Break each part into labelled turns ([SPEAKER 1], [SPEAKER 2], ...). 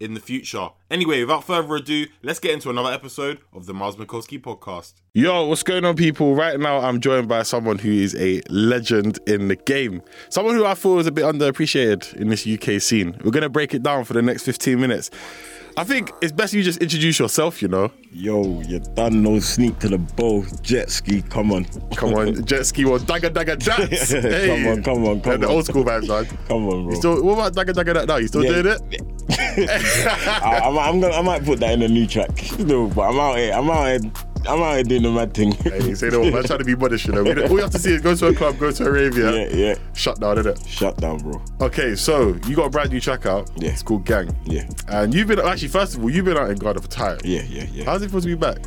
[SPEAKER 1] in the future. Anyway, without further ado, let's get into another episode of the Mars Mikowski podcast. Yo, what's going on, people? Right now, I'm joined by someone who is a legend in the game, someone who I feel is a bit underappreciated in this UK scene. We're going to break it down for the next 15 minutes. I think it's best you just introduce yourself, you know.
[SPEAKER 2] Yo, you done no sneak to the bow. Jet ski, come on.
[SPEAKER 1] Come on, jet ski was dagger dagger dats. Hey.
[SPEAKER 2] Come on, come on, come
[SPEAKER 1] Yeah, The
[SPEAKER 2] on.
[SPEAKER 1] old school vibes, man.
[SPEAKER 2] Come on, bro.
[SPEAKER 1] You still, what about dagger dagger dat now? You still
[SPEAKER 2] Yeah.
[SPEAKER 1] doing it?
[SPEAKER 2] I, I'm, I'm gonna, I might put that in a new track. No, but I'm out here. I'm out here. I'm out here doing the mad thing.
[SPEAKER 1] Hey, you say no, man. Trying to be modest, you know. We don't- All you have to see is go to a club, go to Arabia.
[SPEAKER 2] Yeah, yeah.
[SPEAKER 1] Shut down, innit?
[SPEAKER 2] Shut down, bro.
[SPEAKER 1] Okay, so you got a brand new track out.
[SPEAKER 2] Yeah.
[SPEAKER 1] It's called Gang.
[SPEAKER 2] Yeah.
[SPEAKER 1] And you've been actually first of all, you've been out in Ghana for time.
[SPEAKER 2] Yeah, yeah, yeah.
[SPEAKER 1] How's it feel to be back?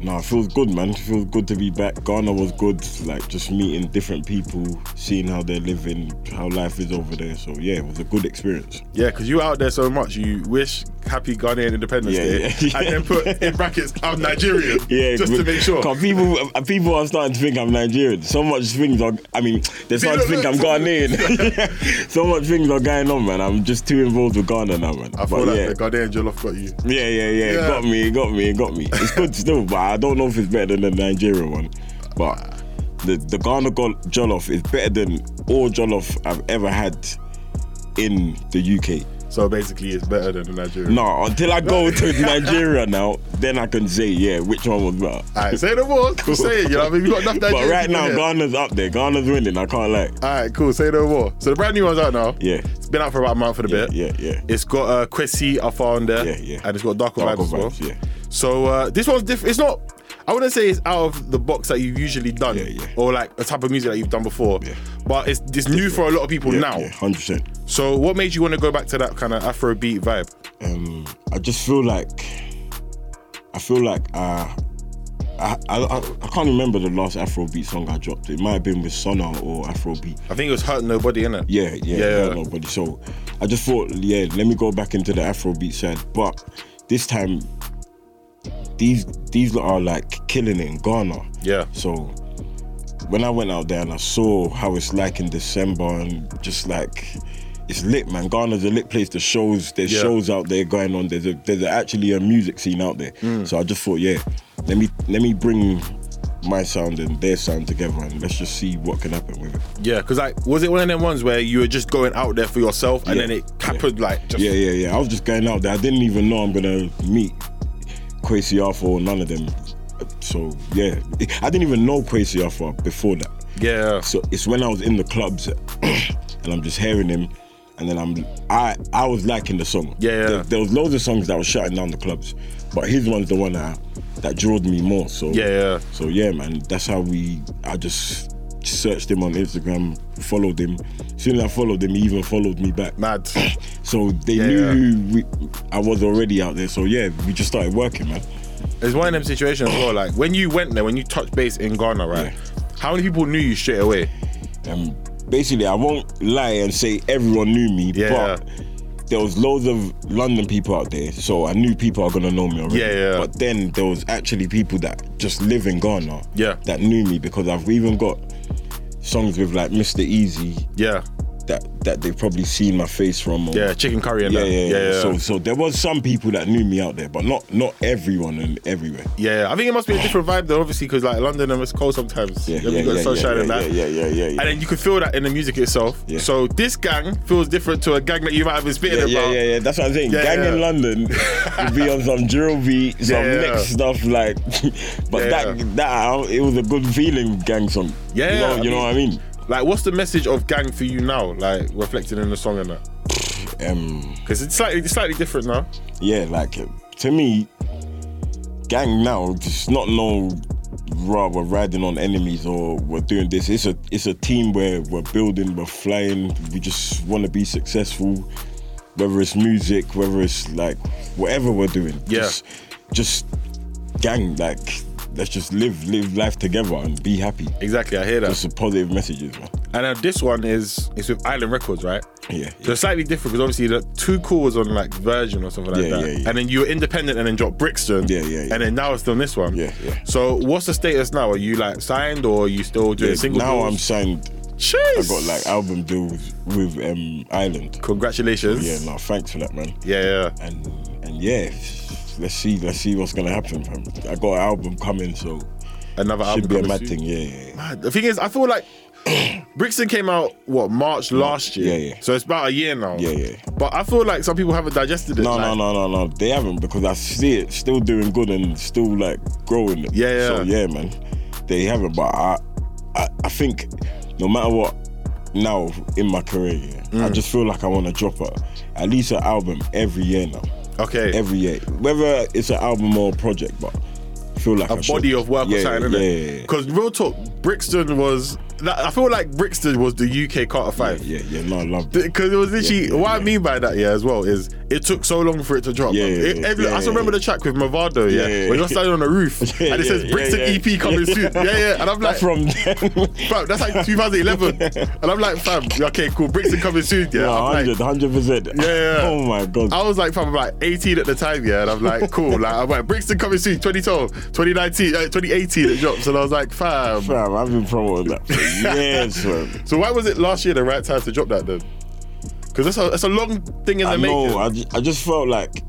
[SPEAKER 2] No, it feels good, man. It feels good to be back. Ghana was good. Like just meeting different people, seeing how they're living, how life is over there. So yeah, it was a good experience.
[SPEAKER 1] Yeah, because you were out there so much, you wish happy Ghanaian Independence
[SPEAKER 2] Yeah,
[SPEAKER 1] Day,
[SPEAKER 2] yeah, yeah.
[SPEAKER 1] and then put in brackets I'm Nigerian, just to make sure.
[SPEAKER 2] Cause people, uh, people are starting to think I'm Nigerian. So much things are. I mean, they're starting to
[SPEAKER 1] look,
[SPEAKER 2] think I'm
[SPEAKER 1] look.
[SPEAKER 2] Ghanaian. so much things are going on, man. I'm just too involved with Ghana now, man.
[SPEAKER 1] I feel like
[SPEAKER 2] yeah,
[SPEAKER 1] the Ghanaian jollof got you.
[SPEAKER 2] yeah, yeah, yeah. It
[SPEAKER 1] Yeah.
[SPEAKER 2] Got me, it got me, it got me. It's good still, but I don't know if it's better than the Nigerian one. But the the Ghana go- jollof is better than all jollof I've ever had in the UK.
[SPEAKER 1] So basically, it's better than the Nigerian.
[SPEAKER 2] No, until I go to Nigeria now, then I can say, yeah, which one was better.
[SPEAKER 1] Alright, say no more. Cool. Say it. You know what I mean? We got enough Nigerian.
[SPEAKER 2] But right
[SPEAKER 1] people
[SPEAKER 2] now,
[SPEAKER 1] here.
[SPEAKER 2] Ghana's up there. Ghana's winning. I can't lie.
[SPEAKER 1] All right, cool. Say no more. So the brand new one's out now.
[SPEAKER 2] Yeah.
[SPEAKER 1] It's been out for about a month and a
[SPEAKER 2] Yeah,
[SPEAKER 1] bit.
[SPEAKER 2] yeah, yeah.
[SPEAKER 1] It's got uh, Quessy I found there.
[SPEAKER 2] Yeah, yeah.
[SPEAKER 1] And it's got Darker,
[SPEAKER 2] Darker
[SPEAKER 1] Vibes, as
[SPEAKER 2] Vibes,
[SPEAKER 1] well.
[SPEAKER 2] yeah.
[SPEAKER 1] So uh, this one's different. It's not. I wouldn't say it's out of the box that you've usually done,
[SPEAKER 2] Yeah, yeah.
[SPEAKER 1] or like a type of music that you've done before.
[SPEAKER 2] Yeah.
[SPEAKER 1] But it's it's new for a lot of people
[SPEAKER 2] Yeah,
[SPEAKER 1] now.
[SPEAKER 2] yeah, 100%.
[SPEAKER 1] So what made you want to go back to that kind of Afrobeat vibe?
[SPEAKER 2] Um, I just feel like I feel like uh, I, I I I can't remember the last Afrobeat song I dropped. It might have been with Sona or Afrobeat.
[SPEAKER 1] I think it was hurting nobody, innit?
[SPEAKER 2] Yeah, yeah,
[SPEAKER 1] Yeah.
[SPEAKER 2] yeah. Nobody. So I just thought, yeah, let me go back into the Afrobeat side, but this time these these lot are like killing it in Ghana.
[SPEAKER 1] Yeah.
[SPEAKER 2] So when I went out there and I saw how it's like in December and just like it's lit, man. Ghana's a lit place. The shows, there's
[SPEAKER 1] Yeah.
[SPEAKER 2] shows out there going on. There's a there's actually a music scene out there. So I just thought, yeah, let me let me bring my sound and their sound together and let's just see what can happen with it.
[SPEAKER 1] Yeah, because like, was it one of them ones where you were just going out there for yourself, and
[SPEAKER 2] Yeah.
[SPEAKER 1] then it happened like just
[SPEAKER 2] Yeah, yeah, yeah. I was just going out there. I didn't even know I'm gonna meet Quasi Alpha or none of them. So yeah, I didn't even know Quasi Alpha before that.
[SPEAKER 1] yeah.
[SPEAKER 2] So it's when I was in the clubs and I'm just hearing him, and then I'm I I was liking the song.
[SPEAKER 1] Yeah, yeah.
[SPEAKER 2] There, there was loads of songs that was shutting down the clubs, but his one's the one that that drilled me more. So
[SPEAKER 3] Yeah, yeah.
[SPEAKER 2] so yeah, man, that's how we. I just searched him on Instagram, followed him. As soon as I followed him, he even followed me back.
[SPEAKER 3] Mad.
[SPEAKER 2] So they
[SPEAKER 1] Yeah,
[SPEAKER 2] knew
[SPEAKER 1] yeah.
[SPEAKER 2] who we, I was already out there. So yeah, we just started working, man.
[SPEAKER 1] It's one of them situations where, like, when you went there, when you touched base in Ghana, right? How many people knew you straight away?
[SPEAKER 2] Um, basically, I won't lie and say everyone knew me,
[SPEAKER 1] Yeah,
[SPEAKER 2] but there was loads of London people out there, so I knew people are gonna know me already.
[SPEAKER 1] Yeah, yeah.
[SPEAKER 2] But then there was actually people that just live in Ghana,
[SPEAKER 1] Yeah.
[SPEAKER 2] that knew me because I've even got songs with like Mr. Easy
[SPEAKER 1] Yeah,
[SPEAKER 2] that that they've probably seen my face from. Or,
[SPEAKER 1] yeah, chicken curry and
[SPEAKER 2] yeah,
[SPEAKER 1] that.
[SPEAKER 2] yeah, yeah,
[SPEAKER 1] yeah.
[SPEAKER 2] So, so there was some people that knew me out there, but not not everyone and everywhere.
[SPEAKER 1] Yeah, I think it must be a different vibe though, obviously, because like London and it's cold sometimes.
[SPEAKER 2] Yeah,
[SPEAKER 1] Then we
[SPEAKER 2] yeah,
[SPEAKER 1] got
[SPEAKER 2] yeah,
[SPEAKER 1] sunshine
[SPEAKER 2] yeah,
[SPEAKER 1] and
[SPEAKER 2] yeah,
[SPEAKER 1] that.
[SPEAKER 2] yeah, yeah, yeah, yeah.
[SPEAKER 1] And then you can feel that in the music itself.
[SPEAKER 2] Yeah.
[SPEAKER 1] So this gang feels different to a gang that you might have been spitting
[SPEAKER 2] Yeah, yeah,
[SPEAKER 1] about.
[SPEAKER 2] yeah, yeah. That's what I'm saying.
[SPEAKER 1] Yeah,
[SPEAKER 2] Gang
[SPEAKER 1] yeah.
[SPEAKER 2] in London would be on some drill beat, some
[SPEAKER 1] Yeah, yeah.
[SPEAKER 2] next stuff like. but
[SPEAKER 1] Yeah,
[SPEAKER 2] that
[SPEAKER 1] yeah.
[SPEAKER 2] that it was a good feeling gang song.
[SPEAKER 1] Yeah,
[SPEAKER 2] you know,
[SPEAKER 1] I
[SPEAKER 2] you know what I mean.
[SPEAKER 1] Like, what's the message of gang for you now? Like, reflected in the song and that?
[SPEAKER 2] Um,
[SPEAKER 1] Because it's slightly, it's slightly different now.
[SPEAKER 2] yeah, like uh, to me, gang now just not no raw. We're riding on enemies or we're doing this. It's a it's a team where we're building, we're flying. We just want to be successful. Whether it's music, whether it's like whatever we're doing,
[SPEAKER 1] Yeah.
[SPEAKER 2] just just gang like. Let's just live live life together and be happy.
[SPEAKER 1] Exactly, I hear that.
[SPEAKER 2] Just the positive messages, man.
[SPEAKER 1] And now this one is it's with Island Records, right?
[SPEAKER 2] Yeah.
[SPEAKER 1] So it's slightly different because obviously the two cool was on like Virgin or something like
[SPEAKER 2] Yeah,
[SPEAKER 1] that.
[SPEAKER 2] yeah, yeah.
[SPEAKER 1] And then you were independent and then dropped Brixton.
[SPEAKER 2] Yeah, yeah, yeah.
[SPEAKER 1] And then now it's on this one.
[SPEAKER 2] Yeah, yeah.
[SPEAKER 1] So what's the status now? Are you like signed or are you still doing
[SPEAKER 2] Yeah,
[SPEAKER 1] single?
[SPEAKER 2] now I'm
[SPEAKER 1] deals?
[SPEAKER 2] signed. I
[SPEAKER 1] Jeez.
[SPEAKER 2] got like album deals with um Island.
[SPEAKER 1] Congratulations.
[SPEAKER 2] Yeah, no, thanks for that, man.
[SPEAKER 1] Yeah, yeah.
[SPEAKER 2] and and yeah, let's see, let's see what's gonna happen, fam. I got an album coming, so
[SPEAKER 1] Another album
[SPEAKER 2] should be a
[SPEAKER 1] coming
[SPEAKER 2] mad
[SPEAKER 1] soon.
[SPEAKER 2] thing. Yeah, yeah, yeah.
[SPEAKER 1] Mad. The thing is, I feel like Brixton came out what March last year.
[SPEAKER 2] yeah, yeah.
[SPEAKER 1] So it's about a year now.
[SPEAKER 2] Yeah, yeah.
[SPEAKER 1] But I feel like some people haven't digested it.
[SPEAKER 2] No,
[SPEAKER 1] like,
[SPEAKER 2] no, no, no, no. They haven't because I see it still doing good and still like growing.
[SPEAKER 1] Yeah, yeah.
[SPEAKER 2] So yeah, man, they haven't. But I, I, I think no matter what, now in my career, yeah, I
[SPEAKER 1] Mm.
[SPEAKER 2] just feel like I want to drop a, at least an album every year now.
[SPEAKER 1] Okay.
[SPEAKER 2] Every year, whether it's an album or a project, but I feel like
[SPEAKER 1] a
[SPEAKER 2] I should.
[SPEAKER 1] body of work
[SPEAKER 2] yeah,
[SPEAKER 1] or something,
[SPEAKER 2] yeah,
[SPEAKER 1] innit?
[SPEAKER 2] yeah, yeah.
[SPEAKER 1] Because real talk, Brixton was. like, I feel like Brixton was the UK Carter Five.
[SPEAKER 2] Yeah, yeah, yeah, no, I love that.
[SPEAKER 1] Because it was literally
[SPEAKER 2] Yeah, yeah,
[SPEAKER 1] what I
[SPEAKER 2] yeah.
[SPEAKER 1] mean by that, yeah, as well is it took so long for it to drop.
[SPEAKER 2] Yeah,
[SPEAKER 1] man.
[SPEAKER 2] yeah,
[SPEAKER 1] It-
[SPEAKER 2] yeah,
[SPEAKER 1] every- I
[SPEAKER 2] yeah,
[SPEAKER 1] still remember
[SPEAKER 2] yeah.
[SPEAKER 1] the track with Movado, yeah,
[SPEAKER 2] Yeah, yeah,
[SPEAKER 1] when
[SPEAKER 2] yeah.
[SPEAKER 1] you're standing on the roof
[SPEAKER 2] Yeah,
[SPEAKER 1] and E it
[SPEAKER 2] yeah,
[SPEAKER 1] says
[SPEAKER 2] yeah,
[SPEAKER 1] Brixton
[SPEAKER 2] yeah.
[SPEAKER 1] EP coming soon, yeah, yeah, and I'm like,
[SPEAKER 2] That's from then.
[SPEAKER 1] fam, that's like 2011, and I'm like, fam, yeah, okay, cool, Brixton coming soon, yeah,
[SPEAKER 2] No,
[SPEAKER 1] I'm
[SPEAKER 2] 100,
[SPEAKER 1] like,
[SPEAKER 2] 100%.
[SPEAKER 1] yeah, yeah.
[SPEAKER 2] Oh my God.
[SPEAKER 1] I was like, fam, about 18 at the time, yeah, and I'm like, cool, like, I'm like, Brixton coming soon, 2012, 2019, uh, 2018 it drops, and I was like, fam,
[SPEAKER 2] Fam, I've been promoting that for years, fam.
[SPEAKER 1] So why was it last year the right time to drop that then? Because that's a that's a long thing in the
[SPEAKER 2] I
[SPEAKER 1] making.
[SPEAKER 2] know, I, ju- I just felt like,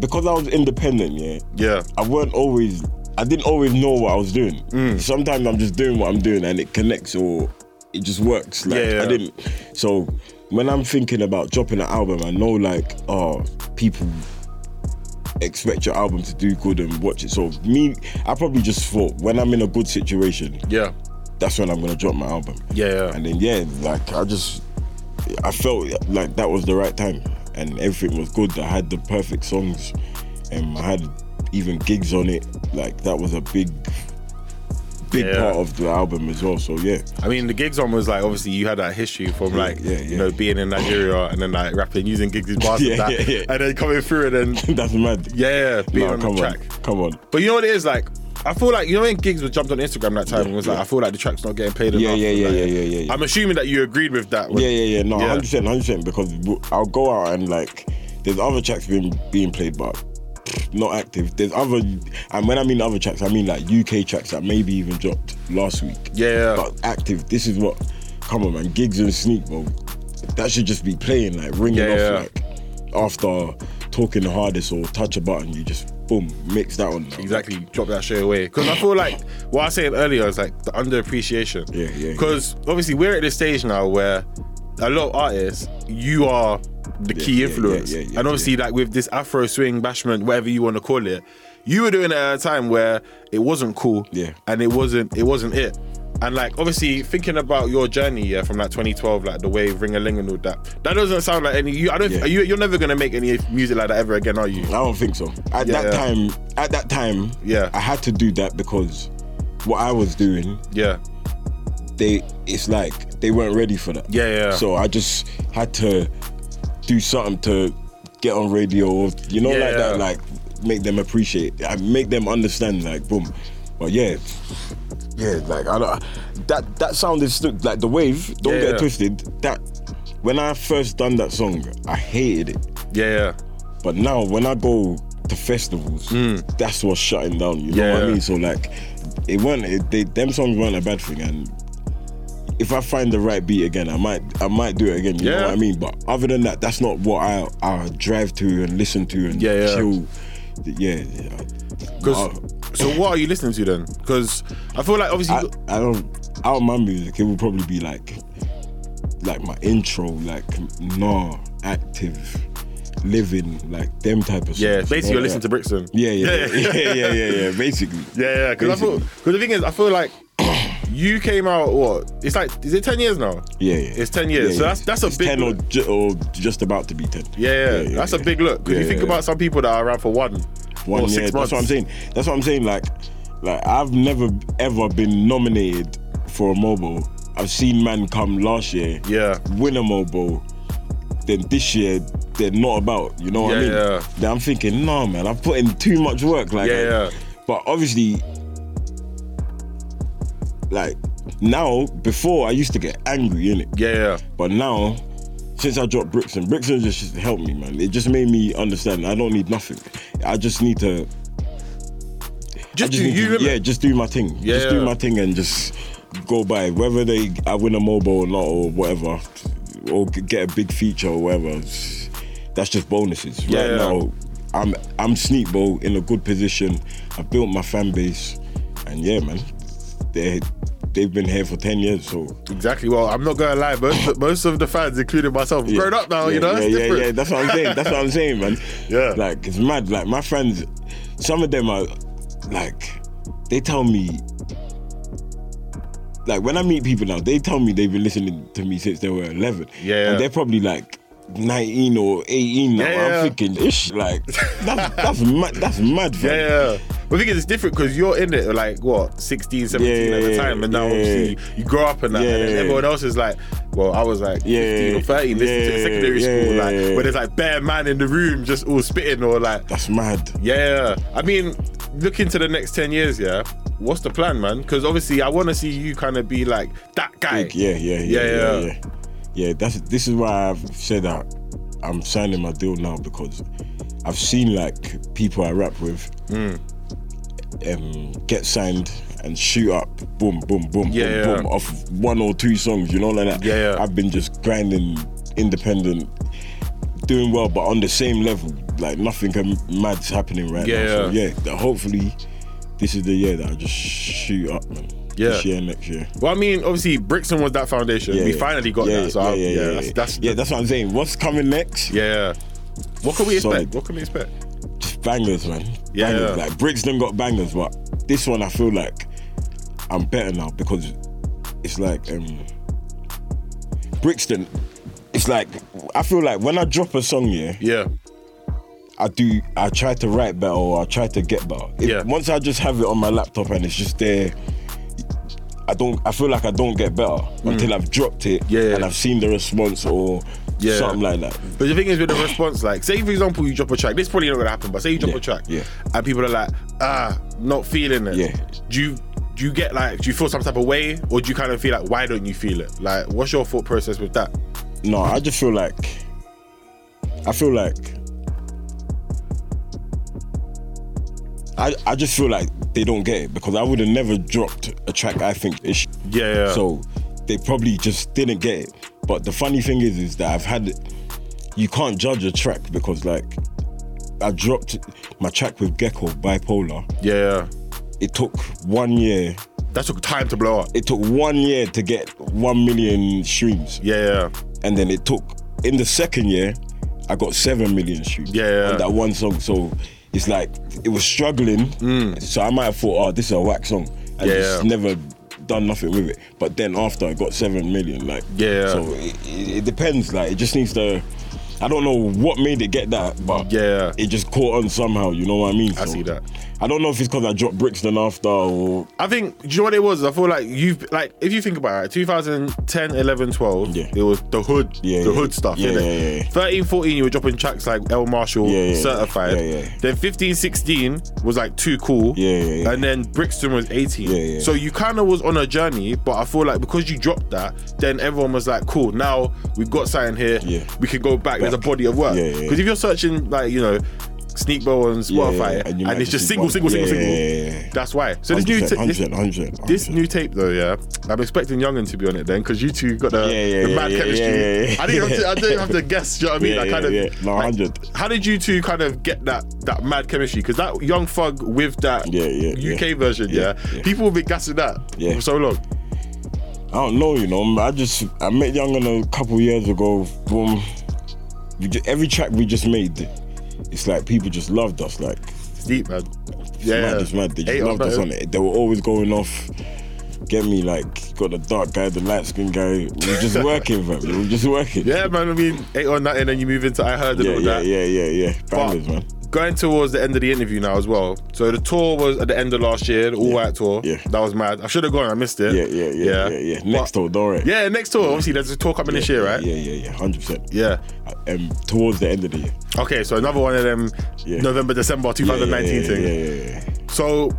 [SPEAKER 2] because I was independent, yeah,
[SPEAKER 1] yeah,
[SPEAKER 2] I weren't always, I didn't always know what I was doing.
[SPEAKER 1] Mm.
[SPEAKER 2] Sometimes I'm just doing what I'm doing and it connects or it just works. Like,
[SPEAKER 1] Yeah, yeah.
[SPEAKER 2] I didn't. So when I'm thinking about dropping an album, I know like, oh, people expect your album to do good and watch it. So me, I probably just thought when I'm in a good situation,
[SPEAKER 1] yeah,
[SPEAKER 2] that's when I'm gonna drop my album.
[SPEAKER 1] Yeah, yeah.
[SPEAKER 2] And then yeah, like I just I felt like that was the right time and everything was good. I had the perfect songs and I had even gigs on it. Like that was a big big
[SPEAKER 1] Yeah.
[SPEAKER 2] part of the album as well. So yeah.
[SPEAKER 1] I mean the gigs one was like obviously you had that history from like
[SPEAKER 2] yeah,
[SPEAKER 1] you
[SPEAKER 2] yeah.
[SPEAKER 1] know being in Nigeria and then like rapping using gigs bars
[SPEAKER 2] Yeah,
[SPEAKER 1] and that,
[SPEAKER 2] yeah, yeah.
[SPEAKER 1] and then coming through and then
[SPEAKER 2] That's mad.
[SPEAKER 1] yeah, being
[SPEAKER 2] Nah,
[SPEAKER 1] on
[SPEAKER 2] come
[SPEAKER 1] the
[SPEAKER 2] on.
[SPEAKER 1] track.
[SPEAKER 2] Come on.
[SPEAKER 1] But you know what it is like. I feel like you know when gigs were jumped on Instagram that time and was like I feel like the track's not getting played
[SPEAKER 2] Yeah,
[SPEAKER 1] enough.
[SPEAKER 2] yeah, yeah,
[SPEAKER 1] Like,
[SPEAKER 2] yeah, yeah, yeah, yeah.
[SPEAKER 1] I'm assuming that you agreed with that. when-
[SPEAKER 2] Yeah, yeah, yeah. No,
[SPEAKER 1] Yeah.
[SPEAKER 2] hundred percent, hundred percent. Because w- I'll go out and like, there's other tracks being being played, but pff, not active. There's other, and when I mean other tracks, I mean like UK tracks that maybe even dropped last week.
[SPEAKER 1] Yeah.
[SPEAKER 2] But active. This is what. Come on, man. Gigs and sneak, bro. That should just be playing like ringing
[SPEAKER 1] Yeah,
[SPEAKER 2] off
[SPEAKER 1] yeah.
[SPEAKER 2] like after talking the hardest or touch a button. You just boom mix that one. now.
[SPEAKER 1] exactly drop that straight away because I feel like what I was saying earlier is like the underappreciation.
[SPEAKER 2] Yeah, yeah,
[SPEAKER 1] Because obviously we're at this stage now where a lot of artists, you are the key
[SPEAKER 2] yeah,
[SPEAKER 1] influence,
[SPEAKER 2] yeah, yeah, yeah,
[SPEAKER 1] and obviously like with this Afro swing bashment, whatever you want to call it, you were doing it at a time where it wasn't cool,
[SPEAKER 2] Yeah.
[SPEAKER 1] and it wasn't it wasn't it. And like obviously thinking about your journey, yeah, from like 2012, like the way Ring a Ling and all that. That doesn't sound like any. You, I don't.
[SPEAKER 2] Yeah.
[SPEAKER 1] Are you, you're never gonna make any music like that ever again, are you?
[SPEAKER 2] I don't think so. At
[SPEAKER 1] Yeah,
[SPEAKER 2] that
[SPEAKER 1] yeah.
[SPEAKER 2] time, at that time,
[SPEAKER 1] Yeah.
[SPEAKER 2] I had to do that because what I was doing,
[SPEAKER 1] Yeah.
[SPEAKER 2] they it's like they weren't ready for that.
[SPEAKER 1] Yeah, yeah.
[SPEAKER 2] So I just had to do something to get on radio, or you know, like
[SPEAKER 1] Yeah.
[SPEAKER 2] that, like make them appreciate, I make them understand, like boom. Well, yeah, yeah, like I don't, that that sound is still, like the wave. Don't
[SPEAKER 1] Yeah,
[SPEAKER 2] get
[SPEAKER 1] yeah.
[SPEAKER 2] it twisted. That when I first done that song, I hated it.
[SPEAKER 1] Yeah.
[SPEAKER 2] But now when I go to festivals, that's what's shutting down. You know what I
[SPEAKER 1] Hmm. Yeah.
[SPEAKER 2] mean? So like, it weren't. It, they, them songs weren't a bad thing. And if I find the right beat again, I might. I might do it again. You
[SPEAKER 1] Yeah.
[SPEAKER 2] know what I mean? But other than that, that's not what I I drive to and listen to and
[SPEAKER 1] Yeah, yeah.
[SPEAKER 2] chill. Yeah, yeah.
[SPEAKER 1] Because. So what are you listening to then? Because I feel like obviously.
[SPEAKER 2] I, I don't. Out of my music, it will probably be like, like my intro, like nah, active, living, like them type of.
[SPEAKER 1] yeah,
[SPEAKER 2] songs,
[SPEAKER 1] basically you're
[SPEAKER 2] you know,
[SPEAKER 1] listening
[SPEAKER 2] like-
[SPEAKER 1] to Brixton.
[SPEAKER 2] Yeah, yeah, yeah, yeah, yeah, yeah, yeah. Basically.
[SPEAKER 1] Yeah, yeah. Because
[SPEAKER 2] Basically.
[SPEAKER 1] the thing is, I feel like you came out. What? It's like is it ten years now?
[SPEAKER 2] Yeah, yeah.
[SPEAKER 1] It's 10 years, so that's- that's a
[SPEAKER 2] It's
[SPEAKER 1] big
[SPEAKER 2] ten or,
[SPEAKER 1] look.
[SPEAKER 2] ju- or just about to be ten.
[SPEAKER 1] Yeah, yeah. that's a
[SPEAKER 2] yeah.
[SPEAKER 1] big look. Because
[SPEAKER 2] Yeah,
[SPEAKER 1] you think
[SPEAKER 2] yeah,
[SPEAKER 1] about some people that are around for one,
[SPEAKER 2] one
[SPEAKER 1] or
[SPEAKER 2] year.
[SPEAKER 1] six months.
[SPEAKER 2] That's what I'm saying. That's what I'm saying. Like, like I've never ever been nominated for a mobile. I've seen man come last year,
[SPEAKER 1] Yeah.
[SPEAKER 2] win a mobile. Then this year they're not about. You know what
[SPEAKER 1] Yeah,
[SPEAKER 2] I mean?
[SPEAKER 1] yeah.
[SPEAKER 2] Then I'm thinking, nah, man, I've put in too much work. Like,
[SPEAKER 1] Yeah,
[SPEAKER 2] I-
[SPEAKER 1] yeah.
[SPEAKER 2] but obviously, like now, before I used to get angry in it.
[SPEAKER 1] Yeah, yeah.
[SPEAKER 2] But now, since I dropped Brixton, Brixton just just helped me, man. It just made me understand I don't need nothing. I just need to. I
[SPEAKER 1] Just, do
[SPEAKER 2] need
[SPEAKER 1] you,
[SPEAKER 2] to-
[SPEAKER 1] yeah.
[SPEAKER 2] yeah, just do my thing. Just
[SPEAKER 1] Yeah.
[SPEAKER 2] do my thing and just go by. Whether they I win a mobile or not or whatever, or g- get a big feature or whatever, it's- that's just bonuses.
[SPEAKER 1] Yeah.
[SPEAKER 2] Right now, I'm I'm Sneak Bowl in a good position. I built my fan base, and yeah, man, they they've been here for ten years, so
[SPEAKER 1] Exactly. Well, I'm not gonna lie. Most most of the fans, including myself,
[SPEAKER 2] Yeah.
[SPEAKER 1] grown up now.
[SPEAKER 2] Yeah,
[SPEAKER 1] you know,
[SPEAKER 2] yeah,
[SPEAKER 1] it's
[SPEAKER 2] yeah,
[SPEAKER 1] different.
[SPEAKER 2] yeah. That's what I'm saying. That's what I'm saying, man.
[SPEAKER 1] Yeah.
[SPEAKER 2] like it's mad. Like my friends, some of them are like, they tell me. Like when I meet people now, they tell me they've been listening to me since they were 11.
[SPEAKER 1] Yeah.
[SPEAKER 2] and they're probably like 19 or 18 now.
[SPEAKER 1] Yeah, yeah.
[SPEAKER 2] I'm thinking, ish, like that's that's mad. That's mad. fam.
[SPEAKER 1] Yeah, yeah. But the thing is, it's different because you're in it like what 16, 17
[SPEAKER 2] Yeah,
[SPEAKER 1] at the
[SPEAKER 2] yeah,
[SPEAKER 1] time, and now
[SPEAKER 2] yeah.
[SPEAKER 1] obviously you grow up and that, and then
[SPEAKER 2] Yeah.
[SPEAKER 1] everyone else is like, well, I was like 15
[SPEAKER 2] Yeah,
[SPEAKER 1] or 13, listening to
[SPEAKER 2] yeah,
[SPEAKER 1] secondary
[SPEAKER 2] yeah,
[SPEAKER 1] school, like
[SPEAKER 2] yeah.
[SPEAKER 1] where there's like bare man in the room just all spitting or like,
[SPEAKER 2] that's mad.
[SPEAKER 1] yeah. I mean, looking to the next 10 years, yeah. What's the plan, man? Because obviously, I want to see you kind of be like that guy.
[SPEAKER 2] Big, yeah, yeah, yeah,
[SPEAKER 1] Yeah,
[SPEAKER 2] yeah,
[SPEAKER 1] yeah.
[SPEAKER 2] yeah, yeah. that's this is why I've said that I'm signing my deal now because I've seen like people I rap with
[SPEAKER 1] Hmm.
[SPEAKER 2] um, get signed and shoot up, boom, boom, boom,
[SPEAKER 1] Yeah,
[SPEAKER 2] boom,
[SPEAKER 1] yeah.
[SPEAKER 2] boom, off of one or two songs, you know, like that.
[SPEAKER 1] Yeah, yeah.
[SPEAKER 2] I've been just grinding, independent, doing well, but on the same level, like nothing can, mad's happening right
[SPEAKER 1] Yeah,
[SPEAKER 2] now. So
[SPEAKER 1] yeah.
[SPEAKER 2] yeah, th- hopefully. This is the year that I just shoot up, man.
[SPEAKER 1] Yeah.
[SPEAKER 2] This year, next year.
[SPEAKER 1] Well, I mean, obviously, Brixton was that foundation. we finally got
[SPEAKER 2] yeah,
[SPEAKER 1] that. So,
[SPEAKER 2] yeah,
[SPEAKER 1] I-
[SPEAKER 2] yeah, yeah,
[SPEAKER 1] that's,
[SPEAKER 2] yeah.
[SPEAKER 1] that's,
[SPEAKER 2] yeah, that's what I'm saying. What's coming next?
[SPEAKER 1] yeah. What can we expect?
[SPEAKER 2] Solid.
[SPEAKER 1] What can we expect?
[SPEAKER 2] Just bangers, man.
[SPEAKER 1] Yeah,
[SPEAKER 2] bangers.
[SPEAKER 1] yeah.
[SPEAKER 2] Like Brixton got bangers, but this one I feel like I'm better now because it's like um Brixton. It's like I feel like when I drop a song, yeah,
[SPEAKER 1] Yeah.
[SPEAKER 2] I do. I try to write better, or I try to get better. If-
[SPEAKER 1] Yeah.
[SPEAKER 2] Once I just have it on my laptop and it's just there, I don't. I feel like I don't get better until I've dropped it
[SPEAKER 1] Mm. Yeah, yeah.
[SPEAKER 2] and I've seen the response or
[SPEAKER 1] Yeah.
[SPEAKER 2] something like that.
[SPEAKER 1] But the thing is with the response, like, say for example you drop a track, this is probably not gonna happen, but say you drop
[SPEAKER 2] Yeah,
[SPEAKER 1] a track,
[SPEAKER 2] yeah.
[SPEAKER 1] and people are like, ah, not feeling it.
[SPEAKER 2] Yeah.
[SPEAKER 1] Do you do you get like, do you feel some type of way, or do you kind of feel like, why don't you feel it? Like, what's your thought process with that?
[SPEAKER 2] No, I just feel like I feel like I I just feel like they don't get it because I would have never dropped a track I think is sh-
[SPEAKER 1] Yeah, yeah.
[SPEAKER 2] So they probably just didn't get it. But the funny thing is is that I've had you can't judge a track because like I dropped my track with Gecko bipolar.
[SPEAKER 1] Yeah, yeah.
[SPEAKER 2] It took one year.
[SPEAKER 1] That took time to blow up.
[SPEAKER 2] It took one year to get one million streams
[SPEAKER 1] Yeah,
[SPEAKER 2] and then it took in the second year I got seven million streams
[SPEAKER 1] Yeah, yeah.
[SPEAKER 2] on that one song. So it's like it was struggling. So I might have thought, oh, this is a whack song. I
[SPEAKER 1] Mm. Yeah,
[SPEAKER 2] just
[SPEAKER 1] yeah.
[SPEAKER 2] never done nothing with it. But then after I got seven million, like
[SPEAKER 1] Yeah.
[SPEAKER 2] So it, it, it depends. Like it just needs to. I don't know what made it get that, but
[SPEAKER 1] Yeah.
[SPEAKER 2] it just caught on somehow. You know what I mean?
[SPEAKER 1] I see that.
[SPEAKER 2] I don't know if it's because I dropped bricks then after or
[SPEAKER 1] I think, do you know what it was? I feel like you've, like, if you think about it, 2010, 11, 12,
[SPEAKER 2] Yeah.
[SPEAKER 1] it was the hood,
[SPEAKER 2] Yeah,
[SPEAKER 1] the
[SPEAKER 2] yeah.
[SPEAKER 1] hood stuff,
[SPEAKER 2] Yeah,
[SPEAKER 1] innit?
[SPEAKER 2] yeah, yeah.
[SPEAKER 1] 13, 14, you were dropping tracks like El Marshall,
[SPEAKER 2] Yeah, yeah, yeah.
[SPEAKER 1] Certified.
[SPEAKER 2] Yeah, yeah.
[SPEAKER 1] Then 15, 16 was like Too Cool.
[SPEAKER 2] Yeah, yeah, yeah.
[SPEAKER 1] And then Brixton was 18.
[SPEAKER 2] Yeah, yeah.
[SPEAKER 1] So you kind of was on a journey, but I feel like because you dropped that, then everyone was like, cool, now we've got something here.
[SPEAKER 2] Yeah.
[SPEAKER 1] We can go back. There's a
[SPEAKER 2] Back.
[SPEAKER 1] body of work.
[SPEAKER 2] Yeah, yeah, yeah.
[SPEAKER 1] if you're searching, like, you know, Sneak Bow on
[SPEAKER 2] yeah,
[SPEAKER 1] Spotify,
[SPEAKER 2] yeah,
[SPEAKER 1] and,
[SPEAKER 2] you might
[SPEAKER 1] it's just
[SPEAKER 2] see
[SPEAKER 1] single,
[SPEAKER 2] one.
[SPEAKER 1] single, single,
[SPEAKER 2] Yeah,
[SPEAKER 1] single.
[SPEAKER 2] yeah, yeah, yeah.
[SPEAKER 1] That's why. So this new,
[SPEAKER 2] 100%,
[SPEAKER 1] ta- this,
[SPEAKER 2] 100%, 100%.
[SPEAKER 1] this new tape though, yeah, I'm expecting Youngin to be on it then, because you two got the,
[SPEAKER 2] Yeah, yeah,
[SPEAKER 1] the
[SPEAKER 2] yeah,
[SPEAKER 1] mad
[SPEAKER 2] yeah,
[SPEAKER 1] chemistry.
[SPEAKER 2] yeah, yeah, yeah.
[SPEAKER 1] I didn't have to, I didn't have to guess. You know what I mean?
[SPEAKER 2] Yeah,
[SPEAKER 1] I kind
[SPEAKER 2] yeah,
[SPEAKER 1] of
[SPEAKER 2] yeah. No, 100.
[SPEAKER 1] How did you two kind of get that that mad chemistry? Because that Young Thug with that
[SPEAKER 2] Yeah, yeah,
[SPEAKER 1] UK
[SPEAKER 2] yeah.
[SPEAKER 1] version, yeah,
[SPEAKER 2] Yeah, yeah.
[SPEAKER 1] people have been gassing that
[SPEAKER 2] Yeah.
[SPEAKER 1] for so long.
[SPEAKER 2] I don't know, you know. I just I met Youngin a couple years ago. Boom. We ju- every track we just made, it's like people just loved us. Like
[SPEAKER 1] It's deep, man.
[SPEAKER 2] yeah,
[SPEAKER 1] Yeah,
[SPEAKER 2] mad, it's mad. They just
[SPEAKER 1] Eight
[SPEAKER 2] loved us
[SPEAKER 1] that.
[SPEAKER 2] on it. They were always going off. Get me like got the dark guy, the light skin guy. We were just working, fam. We were just working.
[SPEAKER 1] Yeah, man. I mean, eight on that, and then you move into I heard and
[SPEAKER 2] yeah,
[SPEAKER 1] all
[SPEAKER 2] yeah,
[SPEAKER 1] that.
[SPEAKER 2] yeah, yeah, yeah. Bangers, man.
[SPEAKER 1] Going towards the end of the interview now as well. So the tour was at the end of last year, the All White tour.
[SPEAKER 2] yeah.
[SPEAKER 1] That was mad. I should have gone. I missed it.
[SPEAKER 2] Yeah, yeah, yeah, yeah, yeah.
[SPEAKER 1] But-
[SPEAKER 2] Next door, don't worry.
[SPEAKER 1] Yeah, next tour. Obviously, there's a tour coming this year, right?
[SPEAKER 2] Yeah, yeah, yeah, hundred percent.
[SPEAKER 1] Yeah.
[SPEAKER 2] Um, towards the end of the year.
[SPEAKER 1] Okay, so another one of them
[SPEAKER 2] Yeah.
[SPEAKER 1] November, December
[SPEAKER 2] Yeah, yeah,
[SPEAKER 1] 2019
[SPEAKER 2] yeah,
[SPEAKER 1] thing.
[SPEAKER 2] Yeah, yeah, yeah.
[SPEAKER 1] So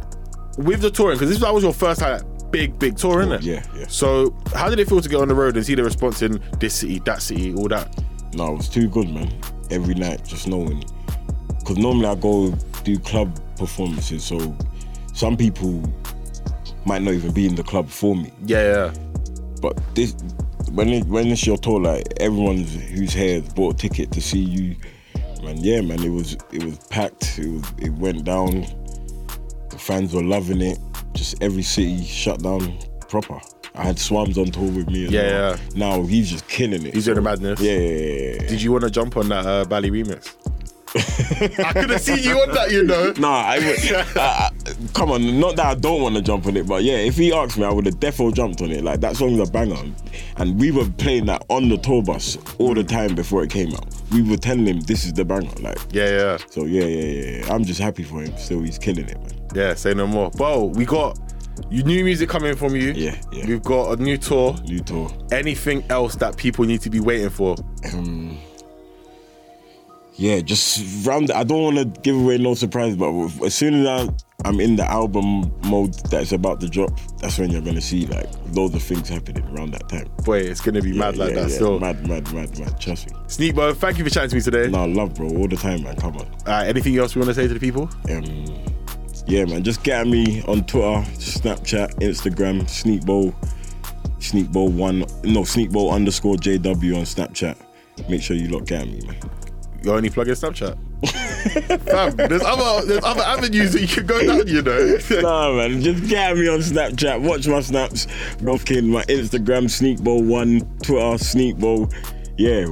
[SPEAKER 1] with the touring, because this that was your first like, big, big tour, innit?
[SPEAKER 2] yeah, yeah.
[SPEAKER 1] So how did it feel to get on the road and see the response in this city, that city, all that?
[SPEAKER 2] No, it was too good, man. Every night, just knowing. Because normally I go do club performances, so some people might not even be in the club for me.
[SPEAKER 1] Yeah,
[SPEAKER 2] But this, when it, when it's your tour, like everyone who's here has bought a ticket to see you. Man, yeah, man, it was it was packed. It was, it went down. The fans were loving it. Just every city shut down proper. I had Swams on tour with me. As
[SPEAKER 1] Yeah,
[SPEAKER 2] well.
[SPEAKER 1] yeah.
[SPEAKER 2] Now he's just killing it.
[SPEAKER 1] He's doing the madness.
[SPEAKER 2] Yeah, yeah, yeah, yeah.
[SPEAKER 1] Did you want to jump on that uh, Bally remix? I could have seen you on that, you know.
[SPEAKER 2] Nah, I would. I- I- come on, not that I don't want to jump on it, but yeah, if he asked me, I would have defo jumped on it. Like that song's a banger, and we were playing that on the tour bus all the time before it came out. We were telling him this is the banger, like.
[SPEAKER 1] Yeah, yeah.
[SPEAKER 2] So yeah, yeah, yeah, yeah. I'm just happy for him. Still, he's killing it, man.
[SPEAKER 1] Yeah, say no more. Bo, we got your new music coming from you.
[SPEAKER 2] Yeah, yeah.
[SPEAKER 1] We've got a new tour.
[SPEAKER 2] New tour.
[SPEAKER 1] Anything else that people need to be waiting for?
[SPEAKER 2] Yeah, just round. I don't want to give away no surprise, but as soon as I, I'm in the album mode that's about to drop, that's when you're gonna see like loads of things happening around that time.
[SPEAKER 1] Boy, it's gonna be mad
[SPEAKER 2] Yeah,
[SPEAKER 1] like
[SPEAKER 2] yeah,
[SPEAKER 1] that.
[SPEAKER 2] yeah.
[SPEAKER 1] So,
[SPEAKER 2] mad, mad, mad, mad. Trust me.
[SPEAKER 1] Sneak Bo, thank you for chatting to me today.
[SPEAKER 2] No, love, bro, all the time, man. Come on.
[SPEAKER 1] Uh, anything else we want to say to the people?
[SPEAKER 2] Um, yeah, man. Just get at me on Twitter, Snapchat, Instagram, Sneakbowl, Sneakbowl one, no, Sneakbowl underscore JW on Snapchat. Make sure you lot get at me, man.
[SPEAKER 1] You only plug in Snapchat. Fam, there's other there's other avenues that you could go down, you know.
[SPEAKER 2] nah, man. Just get at me on Snapchat. Watch my snaps. Rocking my Instagram, Sneakbowl one, Twitter, Sneakbowl. Yeah.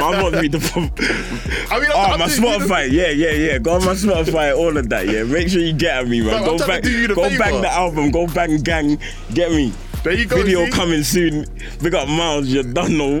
[SPEAKER 2] my mom the
[SPEAKER 1] I mean, I'm-
[SPEAKER 2] oh,
[SPEAKER 1] I'm
[SPEAKER 2] my
[SPEAKER 1] doing-
[SPEAKER 2] Spotify, yeah, yeah, yeah. Go on my Spotify, all of that, yeah. Make sure you get at me, man.
[SPEAKER 1] Fam, I'm
[SPEAKER 2] go
[SPEAKER 1] trying to
[SPEAKER 2] back,
[SPEAKER 1] do you the
[SPEAKER 2] go
[SPEAKER 1] favour.
[SPEAKER 2] bang the album, go bang gang, get me.
[SPEAKER 1] There you go,
[SPEAKER 2] Video
[SPEAKER 1] see?
[SPEAKER 2] coming soon. Big up Miles, you done know.